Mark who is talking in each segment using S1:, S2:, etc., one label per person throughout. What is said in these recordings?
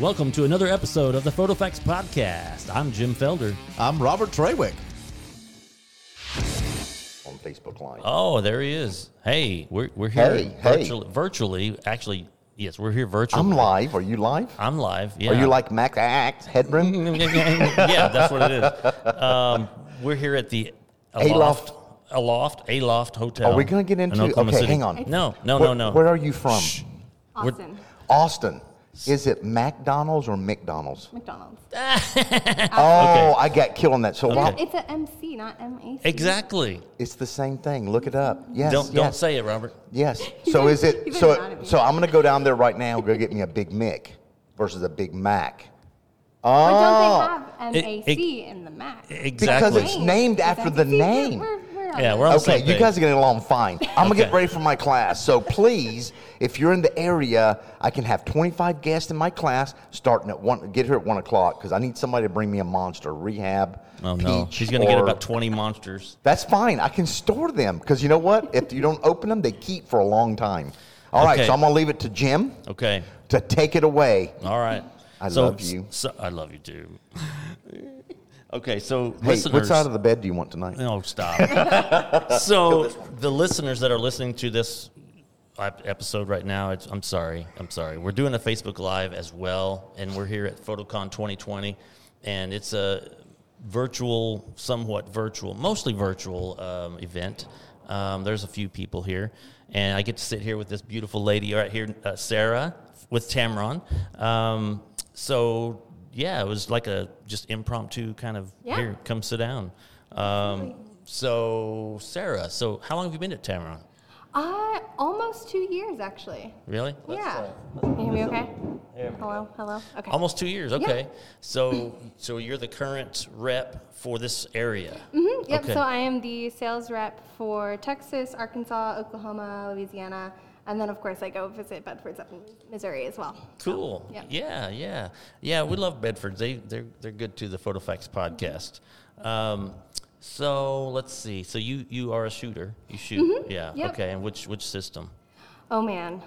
S1: Welcome to another episode of the Photo Facts Podcast. I'm Jim Felder.
S2: I'm Robert Treywick.
S3: on Facebook Live.
S1: Oh, there he is. Hey, we're, we're here
S3: Hey, hey.
S1: virtually, virtually. Actually, yes, we're here virtually.
S3: I'm live. Are you live?
S1: I'm live. Yeah.
S3: Are you like Mac Act Headroom?
S1: yeah, that's what it is. Um, we're here at the
S3: Aloft.
S1: Aloft, Aloft Hotel.
S3: Are we gonna get
S1: in
S3: into-
S1: Oklahoma
S3: okay,
S1: City.
S3: hang on.
S1: No, no,
S3: where,
S1: no, no.
S3: Where are you from?
S4: Austin.
S3: Austin. Is it McDonald's or McDonald's?
S4: McDonald's.
S1: Uh,
S3: Oh, I got killed on that. So why-
S4: It's a MC, not MAC.
S1: Exactly.
S3: it's the same thing. Look it up. Yes.
S1: don't
S3: yes,
S1: don't say it, Robert.
S3: Yes.
S4: He's
S3: So
S4: gonna-
S3: is it?
S4: he's
S3: So
S4: gonna be mad at me.
S3: so I'm gonna go down there right now. and Go get me a Big Mick versus a Big Mac.
S4: But
S3: Oh,
S4: don't
S1: Ah. It-
S4: they have MAC in the Mac?
S1: Exactly.
S3: Because it's named after the
S4: See, we're-
S3: name.
S4: We're, we're on
S1: yeah,
S4: it.
S1: we're on the
S3: Okay,
S1: same
S3: you
S1: page.
S3: guys are getting along fine. I'm gonna
S1: Okay.
S3: get ready for my class. So please, if you're in the area, I can have 25 guests in my class starting at one. Get here at one o'clock because I need somebody to bring me a monster rehab.
S1: Oh no,
S3: peach,
S1: she's gonna get
S3: or-
S1: about twenty monsters.
S3: That's fine. I can store them because you know what? If you don't open them, they keep for a long time. All right,
S1: Okay.
S3: so I'm gonna leave it to Jim
S1: Okay,
S3: to take it away.
S1: all right.
S3: I
S1: so,
S3: love you.
S1: So, I love you too. okay, so
S3: Hey,
S1: listeners,
S3: what side of the bed do you want tonight?
S1: No, stop. so the listeners that are listening to this ep- episode right now, it's, I'm sorry, I'm sorry. We're doing a Facebook Live as well, and we're here at Photocon 2020, and it's a virtual, somewhat virtual, mostly virtual um, event. Um, there's a few people here, and I get to sit here with this beautiful lady right here, uh, Sarah, with Tamron. Um, so yeah, it was like a just impromptu kind of
S4: Yeah.
S1: here, come sit down. Um, so Sarah, so how long have you been at Tamron?
S4: Uh, almost two years, actually.
S1: Really?
S4: yeah. Can you hear me okay? Hello? Hello? Okay.
S1: Almost two years. Okay. So so you're the current rep for this area.
S4: Mhm, Yep,
S1: okay.
S4: so I am the sales rep for Texas, Arkansas, Oklahoma, Louisiana, and then, of course, I go visit Bedford's up in Missouri as well.
S1: Cool.
S4: Yeah.
S1: Yeah, yeah, yeah. We love Bedford. They they're they're good to the PhotoFacts podcast.
S4: Mm-hmm.
S1: Um, so let's see. So you you are a shooter. You shoot. Yeah.
S4: Mm-hmm. Yep.
S1: Okay. And which which system?
S4: Oh, man.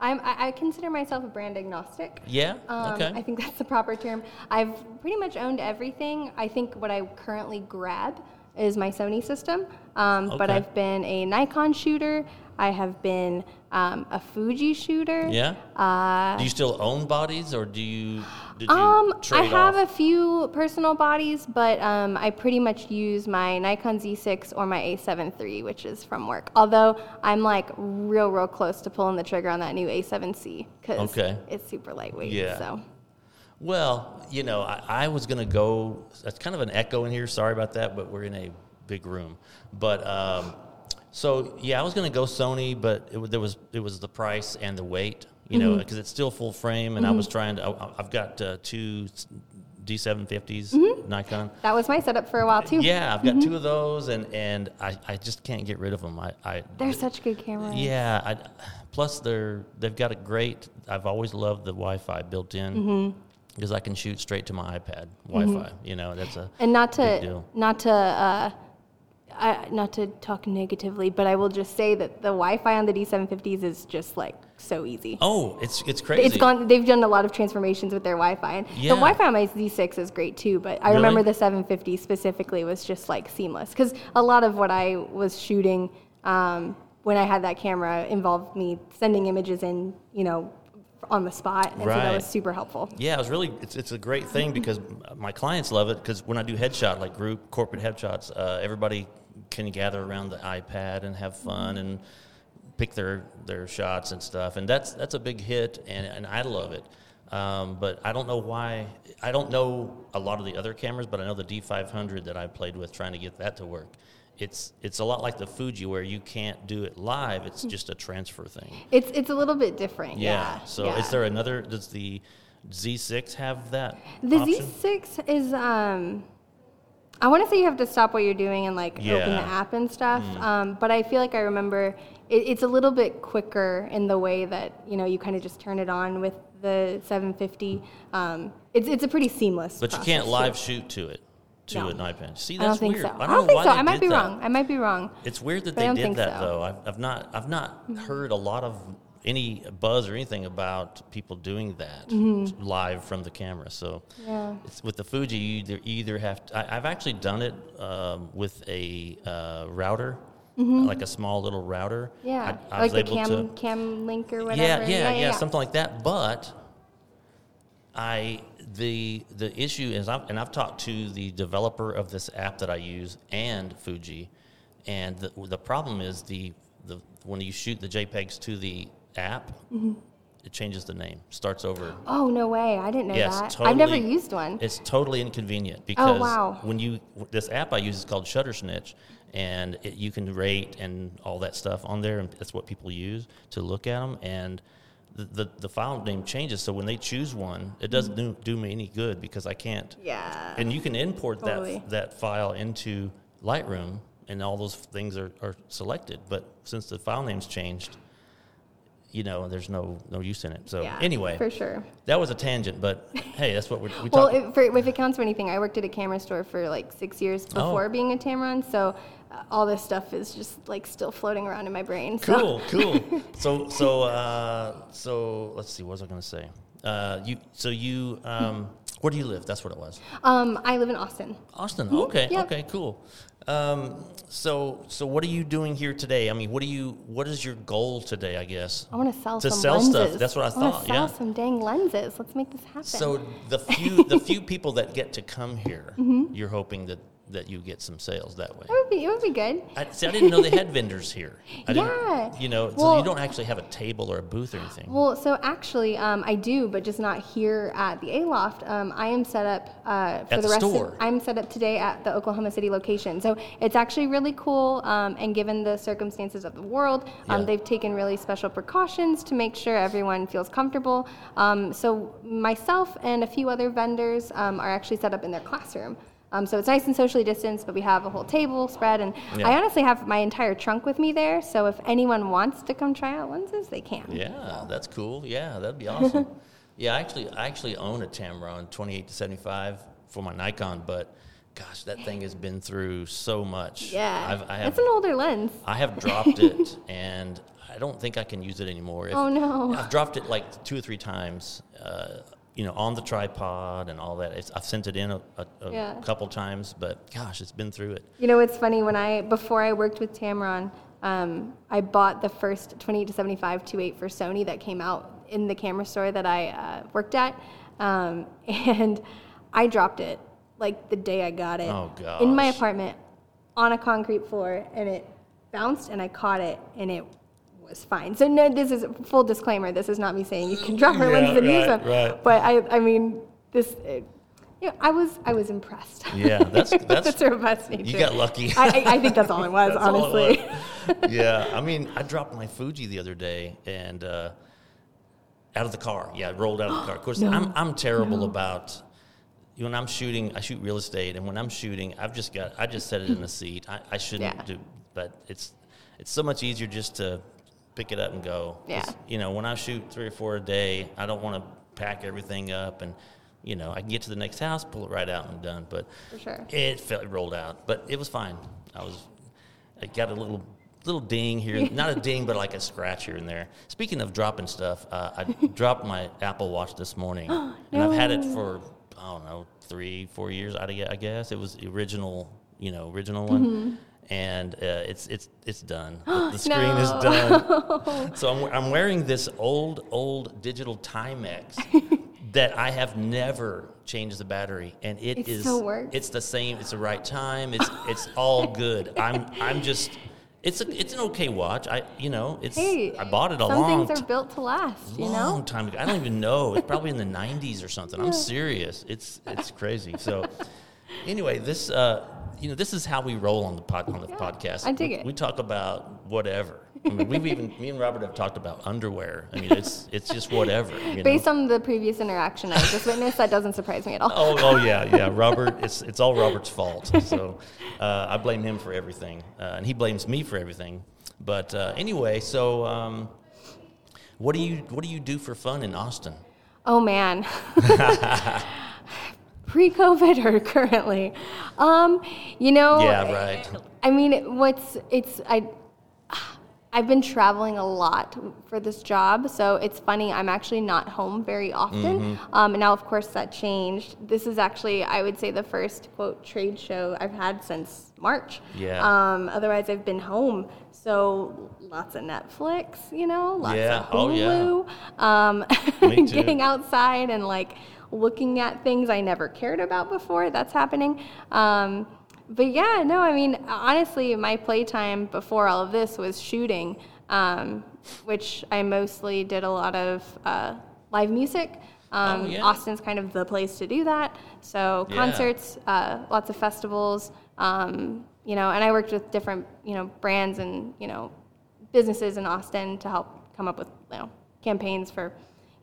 S4: I'm, I, I consider myself a brand agnostic.
S1: Yeah.
S4: Um,
S1: okay.
S4: I think that's the proper term. I've pretty much owned everything. I think what I currently grab is my Sony system, um, but
S1: Okay.
S4: I've been a Nikon shooter. I have been um, a Fuji shooter. Uh,
S1: yeah. do you still own bodies, or do you? Did you
S4: Um, I
S1: trade
S4: have
S1: off?
S4: a few personal bodies, but um, I pretty much use my Nikon Z6 or my A7 III, which is from work. Although I'm like real, real close to pulling the trigger on that new A7C because
S1: Okay.
S4: it's super lightweight.
S1: Yeah.
S4: So
S1: Well, you know, I, I was going to go. That's kind of an echo in here. Sorry about that, but we're in a big room. But um, so yeah, I was going to go Sony, but it, wa- there was it was the price and the weight. You know, because it's still full frame, and I was trying to. I, I've got uh, two D750s Nikon.
S4: that was my setup for a while too.
S1: Yeah, I've got two of those, and and I, I just can't get rid of them. I, I
S4: They're such good cameras.
S1: yeah. I, plus, they're they've got a great. I've always loved the Wi-Fi built in because I can shoot straight to my iPad Wi-Fi. You know, that's a
S4: And not
S1: Big deal.
S4: to not to uh, I, not to talk negatively, but I will just say that the Wi-Fi on the D750s is just like so easy.
S1: oh, it's it's crazy.
S4: It's gone. They've done a lot of transformations with their Wi-Fi, and
S1: Yeah.
S4: the Wi-Fi on my Z6 is great too. But I
S1: Really?
S4: remember the 750 specifically was just like seamless because a lot of what I was shooting um, when I had that camera involved me sending images in, you know, on the spot, and so
S1: Right.
S4: that was super helpful.
S1: Yeah, it was really it's, it's a great thing because my clients love it because when I do headshot like group corporate headshots, uh, everybody can gather around the iPad and have fun and pick their their shots and stuff, and that's that's a big hit, and, and I love it. Um, but I don't know why I don't know a lot of the other cameras, but I know the D500 that I played with trying to get that to work. It's it's a lot like the Fuji where you can't do it live. It's just a transfer thing.
S4: It's it's a little bit different. Yeah.
S1: Yeah. So is
S4: yeah.
S1: there another? Does the Z6 have that?
S4: The
S1: option?
S4: Z6 is um I want to say you have to stop what you're doing and like open the
S1: Yeah. Mm.
S4: app and stuff. Um, but I feel like I remember it, it's a little bit quicker in the way that you know you kind of just turn it on with the 750. Um, it's it's a pretty seamless.
S1: But you
S4: process,
S1: can't
S4: too.
S1: live shoot to it to
S4: No.
S1: an iPad. See,
S4: I
S1: that's
S4: don't think
S1: weird.
S4: so.
S1: I don't, know
S4: think
S1: why
S4: so.
S1: they
S4: I might
S1: did
S4: be
S1: that.
S4: wrong. I might be wrong.
S1: It's weird that
S4: But I
S1: they
S4: don't
S1: did
S4: think Mm-hmm.
S1: that
S4: so.
S1: though. I've, I've not I've not heard a lot of any buzz or anything about people doing that
S4: Mm-hmm.
S1: live from the camera. So
S4: Yeah.
S1: it's- with the Fuji, you either, you either have to, I, I've actually done it um, with a uh, router, like a small little router.
S4: Mm-hmm. Yeah.
S1: I, I was
S4: like the
S1: able
S4: cam
S1: to.
S4: cam link or whatever.
S1: Yeah, yeah, yeah, something like that. But I the the issue is, I've, and I've talked to the developer of this app that I use and Fuji, and the, the problem is the the when you shoot the JPEGs to the app, it changes the name, starts over.
S4: Oh no way! I didn't know
S1: Yes,
S4: that.
S1: totally.
S4: I've never used one. Oh,
S1: It's totally inconvenient because
S4: wow.
S1: when you this app I use is called Shutter Snitch, and it, you can rate and all that stuff on there, and that's what people use to look at them. And the the, the file name changes, so when they choose one, it
S4: Mm.
S1: doesn't do, do me any good because I can't.
S4: yeah.
S1: And you can import
S4: Totally.
S1: that that file into Lightroom, and all those things are, are selected. But since the file name's changed, you know, there's no no use in it. So
S4: yeah,
S1: anyway,
S4: for sure.
S1: that was a tangent, but hey, that's what we're, we
S4: Well,
S1: talk-
S4: if, for, if it counts for anything, I worked at a camera store for like six years
S1: Oh.
S4: before being a Tamron, so uh, all this stuff is just like still floating around in my brain. So.
S1: cool, cool. So, so, uh, so let's see. What was I going to say? Uh, you, so you, um, where do you live? That's what it was.
S4: Um, I live in Austin.
S1: Austin. Okay.
S4: yeah.
S1: Okay. Cool. Um, so, so what are you doing here today? I mean, what do you? What is your goal today? I guess
S4: I want to sell
S1: to
S4: some
S1: sell
S4: lenses.
S1: stuff. That's what I
S4: wanna
S1: thought.
S4: sell
S1: yeah.
S4: some dang lenses. Let's make this happen.
S1: So the few the few people that get to come here,
S4: Mm-hmm.
S1: you're hoping that that you get some sales that way.
S4: it would be it would be good.
S1: I, see, I didn't know they had vendors here. I didn't,
S4: Yeah.
S1: You know, so you
S4: Well-
S1: don't actually have a table or a booth or anything.
S4: Well, so actually, um, I do, but just not here at the A Loft. Um, I am set up uh, for
S1: At
S4: the,
S1: the
S4: rest.
S1: store.
S4: Of, I'm set up today at the Oklahoma City location. So it's actually really cool. Um, and given the circumstances of the world, um,
S1: Yeah.
S4: they've taken really special precautions to make sure everyone feels comfortable. Um, so myself and a few other vendors um, are actually set up in their classroom. Um, so it's nice and socially distanced, but we have a whole table spread, and
S1: Yeah.
S4: I honestly have my entire trunk with me there. So if anyone wants to come try out lenses, they can.
S1: Yeah, that's cool. Yeah, that'd be awesome. yeah, I actually, I actually own a Tamron 28 to 75 for my Nikon, but gosh, that thing has been through so much.
S4: Yeah.
S1: I've, I have,
S4: it's an older lens.
S1: I have dropped it, and I don't think I can use it anymore. If-
S4: Oh, no.
S1: I've dropped it like two or three times. Uh, you know, on the tripod and all that. It's, I've sent it in a, a, a
S4: Yeah.
S1: couple times, but gosh, it's been through it.
S4: You know, it's funny when I before I worked with Tamron, um, I bought the first 28 to 75 28 for Sony that came out in the camera store that I uh, worked at, um, and I dropped it like the day I got it
S1: Oh,
S4: in my
S1: gosh.
S4: apartment on a concrete floor, and it bounced and I caught it and it was fine. So no, this is full disclaimer. This is not me saying you can drop your
S1: Yeah,
S4: lenses and
S1: right,
S4: use them,
S1: right.
S4: but I I mean this. It, you know, I was I was impressed.
S1: Yeah, that's- that's-
S4: that's a robust nature.
S1: You got lucky.
S4: I, I, I think that's all it was,
S1: That's all it
S4: honestly.
S1: was. yeah, I mean, I dropped my Fuji the other day and uh, out of the car. Yeah, I rolled out of the car. Of course, I'm I'm terrible about when I'm shooting. I shoot real estate, and when I'm shooting, I've just got I just set it in the seat. I, I shouldn't
S4: Yeah.
S1: do, but it's it's so much easier just to pick it up and go.
S4: Yeah.
S1: It's- you know, when I shoot three or four a day, I don't want to pack everything up and. You know, I can get to the next house, pull it right out, and I'm done. But
S4: For sure.
S1: it felt it rolled out, but it was fine. I was, I got a little little ding here, not a ding, but like a scratch here and there. Speaking of dropping stuff, uh, I dropped my Apple Watch this morning, and I've had it for I don't know three, four years. I gue- I guess it was the original, you know, original one.
S4: Mm-hmm.
S1: And uh, it's it's it's done. The the screen is
S4: No.
S1: done. so I'm, I'm wearing this old old digital Timex that I have never changed the battery, and it
S4: It
S1: is-
S4: still works?
S1: It's the same. It's the right time. It's it's all good. I'm I'm just. It's a, it's an okay watch. I you know it's
S4: Hey,
S1: I bought it a
S4: Some
S1: long
S4: things
S1: ti-
S4: are built to last, you
S1: long
S4: know?
S1: time ago. I don't even know. It's probably in the '90s or something. I'm serious. It's it's crazy. So anyway, this uh, you know this is how we roll on the pod, on the podcast.
S4: I dig
S1: we,
S4: it.
S1: We talk about whatever. I mean, we've even me and Robert have talked about underwear. I mean, it's it's just whatever. You know?
S4: Based on the previous interaction I just witnessed, that doesn't surprise me at all.
S1: Oh, oh yeah, yeah. Robert, it's it's all Robert's fault. So uh, I blame him for everything, uh, and he blames me for everything. But uh, anyway, so um, what do you what do you do for fun in Austin?
S4: Oh man. Pre-COVID or currently, um, you know.
S1: Yeah, right.
S4: I mean, what's it's I. I've been traveling a lot for this job, so it's funny. I'm actually not home very often.
S1: Mm-hmm.
S4: Um, and now, of course, that changed. This is actually, I would say, the first quote trade show I've had since March.
S1: Yeah.
S4: Um, otherwise, I've been home. So lots of Netflix, you know, lots
S1: Yeah.
S4: of
S1: Oh, yeah.
S4: Hulu. Um,
S1: Me too.
S4: getting outside and like looking at things I never cared about before. That's happening. Um, but yeah, no, I mean, honestly, my playtime before all of this was shooting, um, which I mostly did a lot of uh, live music. Um,
S1: Oh, yeah.
S4: Austin's kind of the place to do that. So
S1: Yeah.
S4: concerts, uh, lots of festivals, um, you know, and I worked with different, you know, brands and, you know, businesses in Austin to help come up with, you know, campaigns for,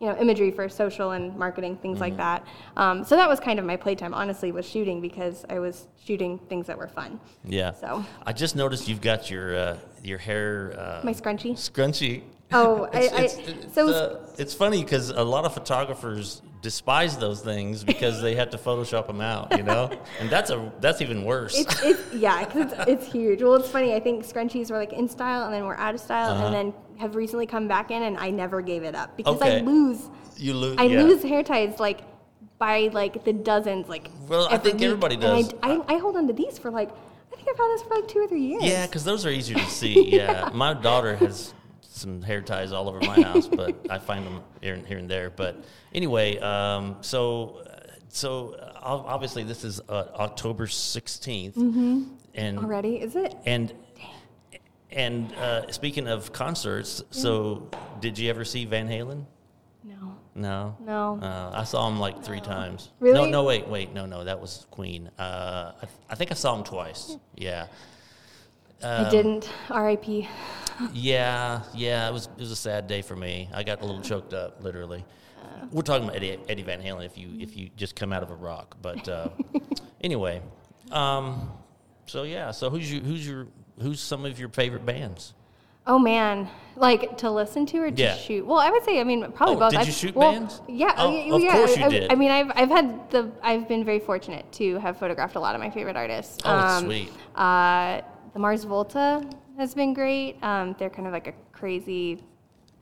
S4: you know, imagery for social and marketing, things like
S1: Mm-hmm.
S4: that. Um, so that was kind of my playtime, honestly, was shooting because I was shooting things that were fun.
S1: Yeah.
S4: So.
S1: I just noticed you've got your uh, your hair. Uh,
S4: My scrunchie?
S1: Scrunchie.
S4: Oh, I,
S1: It's,
S4: I,
S1: it's, it's,
S4: so
S1: uh, it's funny because a lot of photographers despise those things because they have to Photoshop them out, you know, and that's a that's even worse.
S4: It's, it's yeah, because it's, it's huge. Well, it's funny. I think scrunchies were like in style, and then we're out of style,
S1: Uh-huh.
S4: and then have recently come back in, and I never gave it up because I
S1: Okay.
S4: lose,
S1: you lose.
S4: I
S1: yeah.
S4: lose hair ties like by like the dozens, like.
S1: Well, I
S4: every
S1: think
S4: week.
S1: everybody
S4: And I-
S1: does.
S4: I, I, hold on to these for like, I think I've had this for like two or three years.
S1: Yeah, because those are easier to see. Yeah. my daughter has some hair ties all over my house, but I find them here and, here and there. But anyway, um, so uh, so uh, ob- obviously this is uh, October 16th
S4: Mm-hmm.
S1: and
S4: Already, is it?
S1: and and uh, speaking of concerts, so did you ever see Van Halen?
S4: No.
S1: No.
S4: No.
S1: Uh, I saw him like three times. No,
S4: Really?
S1: no, wait, wait. No, no, that was Queen. Uh, I, I think I saw him twice. Yeah. Um,
S4: I didn't. R.I.P.
S1: Yeah, yeah, it was it was a sad day for me. I got a little choked up, literally.
S4: Uh.
S1: We're talking about Eddie, Eddie Van Halen if you if you just come out of a rock, but uh, anyway, um, so yeah, so who's your who's your who's some of your favorite bands?
S4: Oh man, like to listen to or to
S1: Yeah.
S4: shoot? Well, I would say, I mean, probably
S1: Oh,
S4: both.
S1: did
S4: I've-
S1: you shoot
S4: well,
S1: bands?
S4: Yeah,
S1: Oh,
S4: I-
S1: of
S4: yeah.
S1: course
S4: I,
S1: you
S4: I-
S1: did.
S4: I mean, I've I've had the I've been very fortunate to have photographed a lot of my favorite artists. Um,
S1: Oh, that's sweet.
S4: Uh, the Mars Volta has been great. Um, they're kind of like a crazy.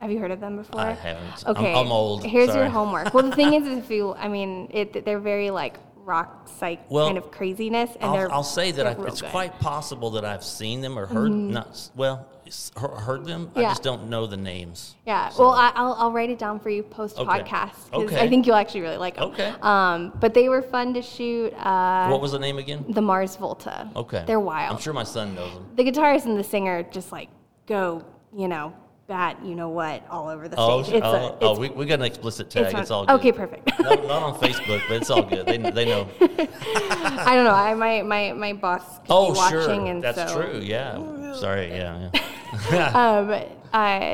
S4: Have you heard of them before?
S1: I haven't. I'm-
S4: Okay,
S1: I'm old,
S4: Here's
S1: sorry.
S4: your homework. Well, the thing is, if you, I mean, it, they're very like rock psych
S1: Well,
S4: kind of craziness, and
S1: I'll,
S4: they're.
S1: I'll say that
S4: they're
S1: I,
S4: real
S1: it's
S4: good. Mm-hmm.
S1: quite possible that I've seen them or heard not s- well s- he- heard them. I
S4: Yeah.
S1: just don't know the names.
S4: Yeah.
S1: So-
S4: Well, I, I'll, I'll write it down for you post podcast because
S1: Okay.
S4: I think you'll actually really like them.
S1: Okay.
S4: Um, but they were fun to shoot. Uh,
S1: what was the name again?
S4: the Mars Volta.
S1: Okay,
S4: They're wild.
S1: I'm sure my son knows them.
S4: The guitarist and the singer just like go, you know, bat, you know what, all over the
S1: Oh,
S4: stage. It's
S1: oh,
S4: a, it's,
S1: oh, we, we got an explicit tag. It's,
S4: fun.
S1: all good.
S4: Okay, perfect.
S1: no, not on Facebook, but it's all good. They, they know.
S4: I don't know. I my my my boss could
S1: Oh,
S4: be watching,
S1: sure.
S4: and
S1: That's
S4: so Oh,
S1: true. Yeah. Sorry. Yeah. yeah.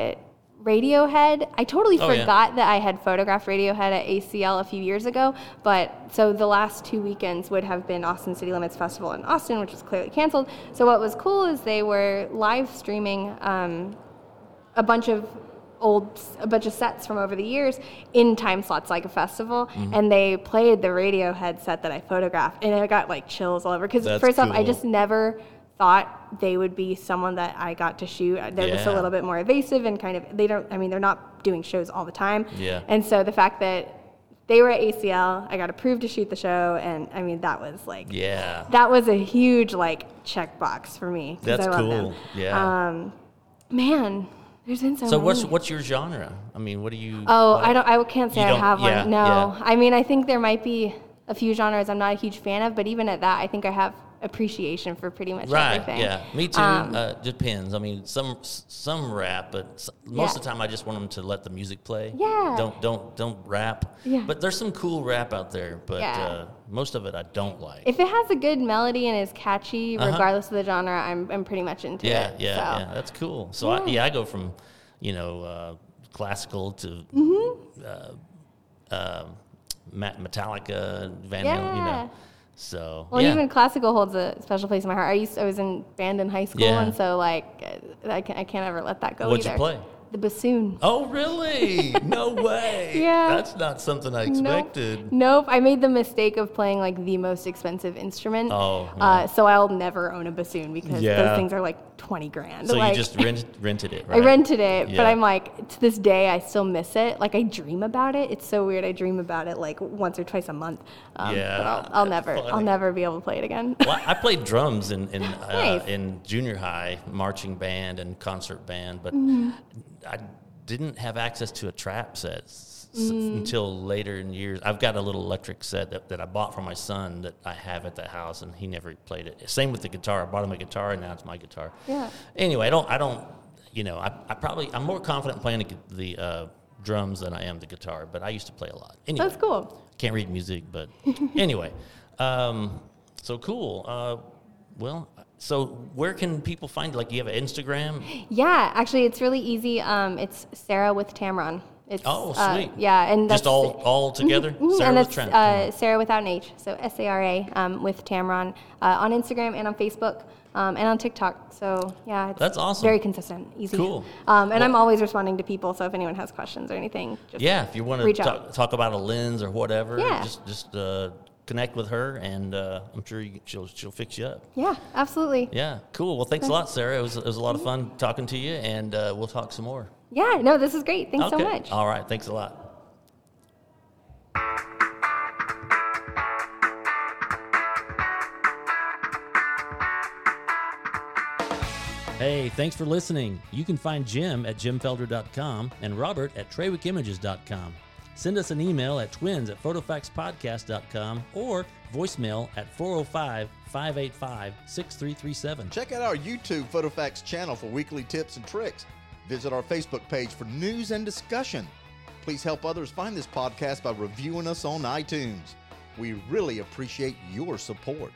S4: um, uh, Radiohead. I totally
S1: Oh, yeah.
S4: forgot that I had photographed Radiohead at ACL a few years ago. But so the last two weekends would have been Austin City Limits Festival in Austin, which was clearly canceled. So what was cool is they were live streaming um, a bunch of old a bunch of sets from over the years in time slots like a festival
S1: Mm-hmm.
S4: and they played the radiohead set that i photographed and i got like chills all over because
S1: That's
S4: first off i
S1: cool.
S4: just never thought they would be someone that i got to shoot they're just a
S1: Yeah.
S4: little bit more evasive and kind of they don't i mean they're not doing shows all the time
S1: Yeah.
S4: and so the fact that they were at acl i got approved to shoot the show and i mean that was like
S1: Yeah.
S4: that was a huge like checkbox for me 'cause
S1: That's
S4: I love them.
S1: cool. Yeah.
S4: man there's been so,
S1: so
S4: many.
S1: what's what's your genre? I mean, what do you?
S4: Um, Oh,
S1: like-
S4: I don't. I can't say
S1: You
S4: I
S1: don't-
S4: have
S1: yeah,
S4: one. No,
S1: yeah.
S4: I mean, I think there might be a few genres I'm not a huge fan of, but even at that, I think I have appreciation for pretty much
S1: Right.
S4: everything.
S1: Yeah. Me too.
S4: Um,
S1: uh, depends. I mean, some s- some rap, but s- most
S4: Yeah.
S1: of the time I just want them to let the music play.
S4: Yeah.
S1: Don't don't don't rap.
S4: Yeah.
S1: But there's some cool rap out there, but
S4: Yeah.
S1: uh, most of it I don't like.
S4: If it has a good melody and is catchy,
S1: Uh-huh.
S4: regardless of the genre, I'm I'm pretty much into
S1: Yeah,
S4: it.
S1: yeah,
S4: so.
S1: yeah. That's cool. So I,
S4: Yeah.
S1: yeah, I go from, you know, uh, classical to
S4: Mm-hmm.
S1: uh, um Ma- Metallica, Van Halen. You
S4: Yeah.
S1: know, so
S4: Well,
S1: yeah.
S4: even classical holds a special place in my heart. I used I was in band in high school,
S1: Yeah.
S4: and so like I can I can't ever let that go
S1: What'd you
S4: either.
S1: play?
S4: The bassoon.
S1: Oh, really? No way.
S4: Yeah.
S1: That's not something I
S4: Nope.
S1: expected.
S4: Nope. I made the mistake of playing like the most expensive instrument.
S1: Oh,
S4: Uh, so I'll never own a bassoon because
S1: Yeah.
S4: those things are like 20 grand.
S1: So
S4: Like,
S1: you just rent, rented it,
S4: I
S1: right?
S4: rented it, but
S1: Yeah.
S4: I'm like, to this day, I still miss it. Like, I dream about it. It's so weird. I dream about it like once or twice a month. Um,
S1: Yeah,
S4: But I'll, I'll
S1: that's
S4: never, I'll
S1: funny.
S4: never be able to play it again.
S1: Well, I played drums in in, uh,
S4: Nice.
S1: in junior high, marching band and concert band, but
S4: Mm-hmm.
S1: I didn't have access to a trap set s- s-
S4: Mm.
S1: until later in years. I've got a little electric set that, that I bought for my son that I have at the house, and he never played it. Same with the guitar. I bought him a guitar, and now it's my guitar.
S4: Yeah.
S1: Anyway, I don't. I don't. You know, I, I probably I'm more confident playing the, gu- the uh, drums than I am the guitar, but I used to play a lot. Anyway,
S4: That's cool.
S1: can't read music, but anyway, um, so cool. Uh, well, so where can people find? Like, you have an Instagram?
S4: Yeah, actually, it's really easy. Um, it's Sarah with Tamron. It's,
S1: Oh,
S4: uh,
S1: sweet.
S4: yeah, and that's
S1: just all all together.
S4: Mm,
S1: Sarah
S4: and
S1: with
S4: that's
S1: Trent.
S4: uh, Sarah without an H, so S A R A um, with Tamron uh, on Instagram and on Facebook um, and on TikTok. So yeah, it's
S1: That's awesome.
S4: Very consistent, easy.
S1: Cool.
S4: Um, and I'm always responding to people, so if anyone has questions or anything, just
S1: yeah, if you want to
S4: reach
S1: talk,
S4: out.
S1: talk about a lens or whatever,
S4: Yeah.
S1: just just uh, connect with her, and uh, I'm sure you, she'll she'll fix you up.
S4: yeah, absolutely.
S1: Yeah, cool. Well, thanks a lot, Sarah. It was it was a lot of fun talking to you, and uh, we'll talk some more.
S4: Yeah. no, this is great. Thanks so much.
S1: All right. Thanks a lot. Hey, thanks for listening. You can find Jim at jimfelder.com and Robert at treywickimages.com. Send us an email at twins at photofaxpodcast.com or voicemail at 405 585 6337.
S2: Check out our YouTube PhotoFacts channel for weekly tips and tricks. Visit our Facebook page for news and discussion. Please help others find this podcast by reviewing us on iTunes. We really appreciate your support.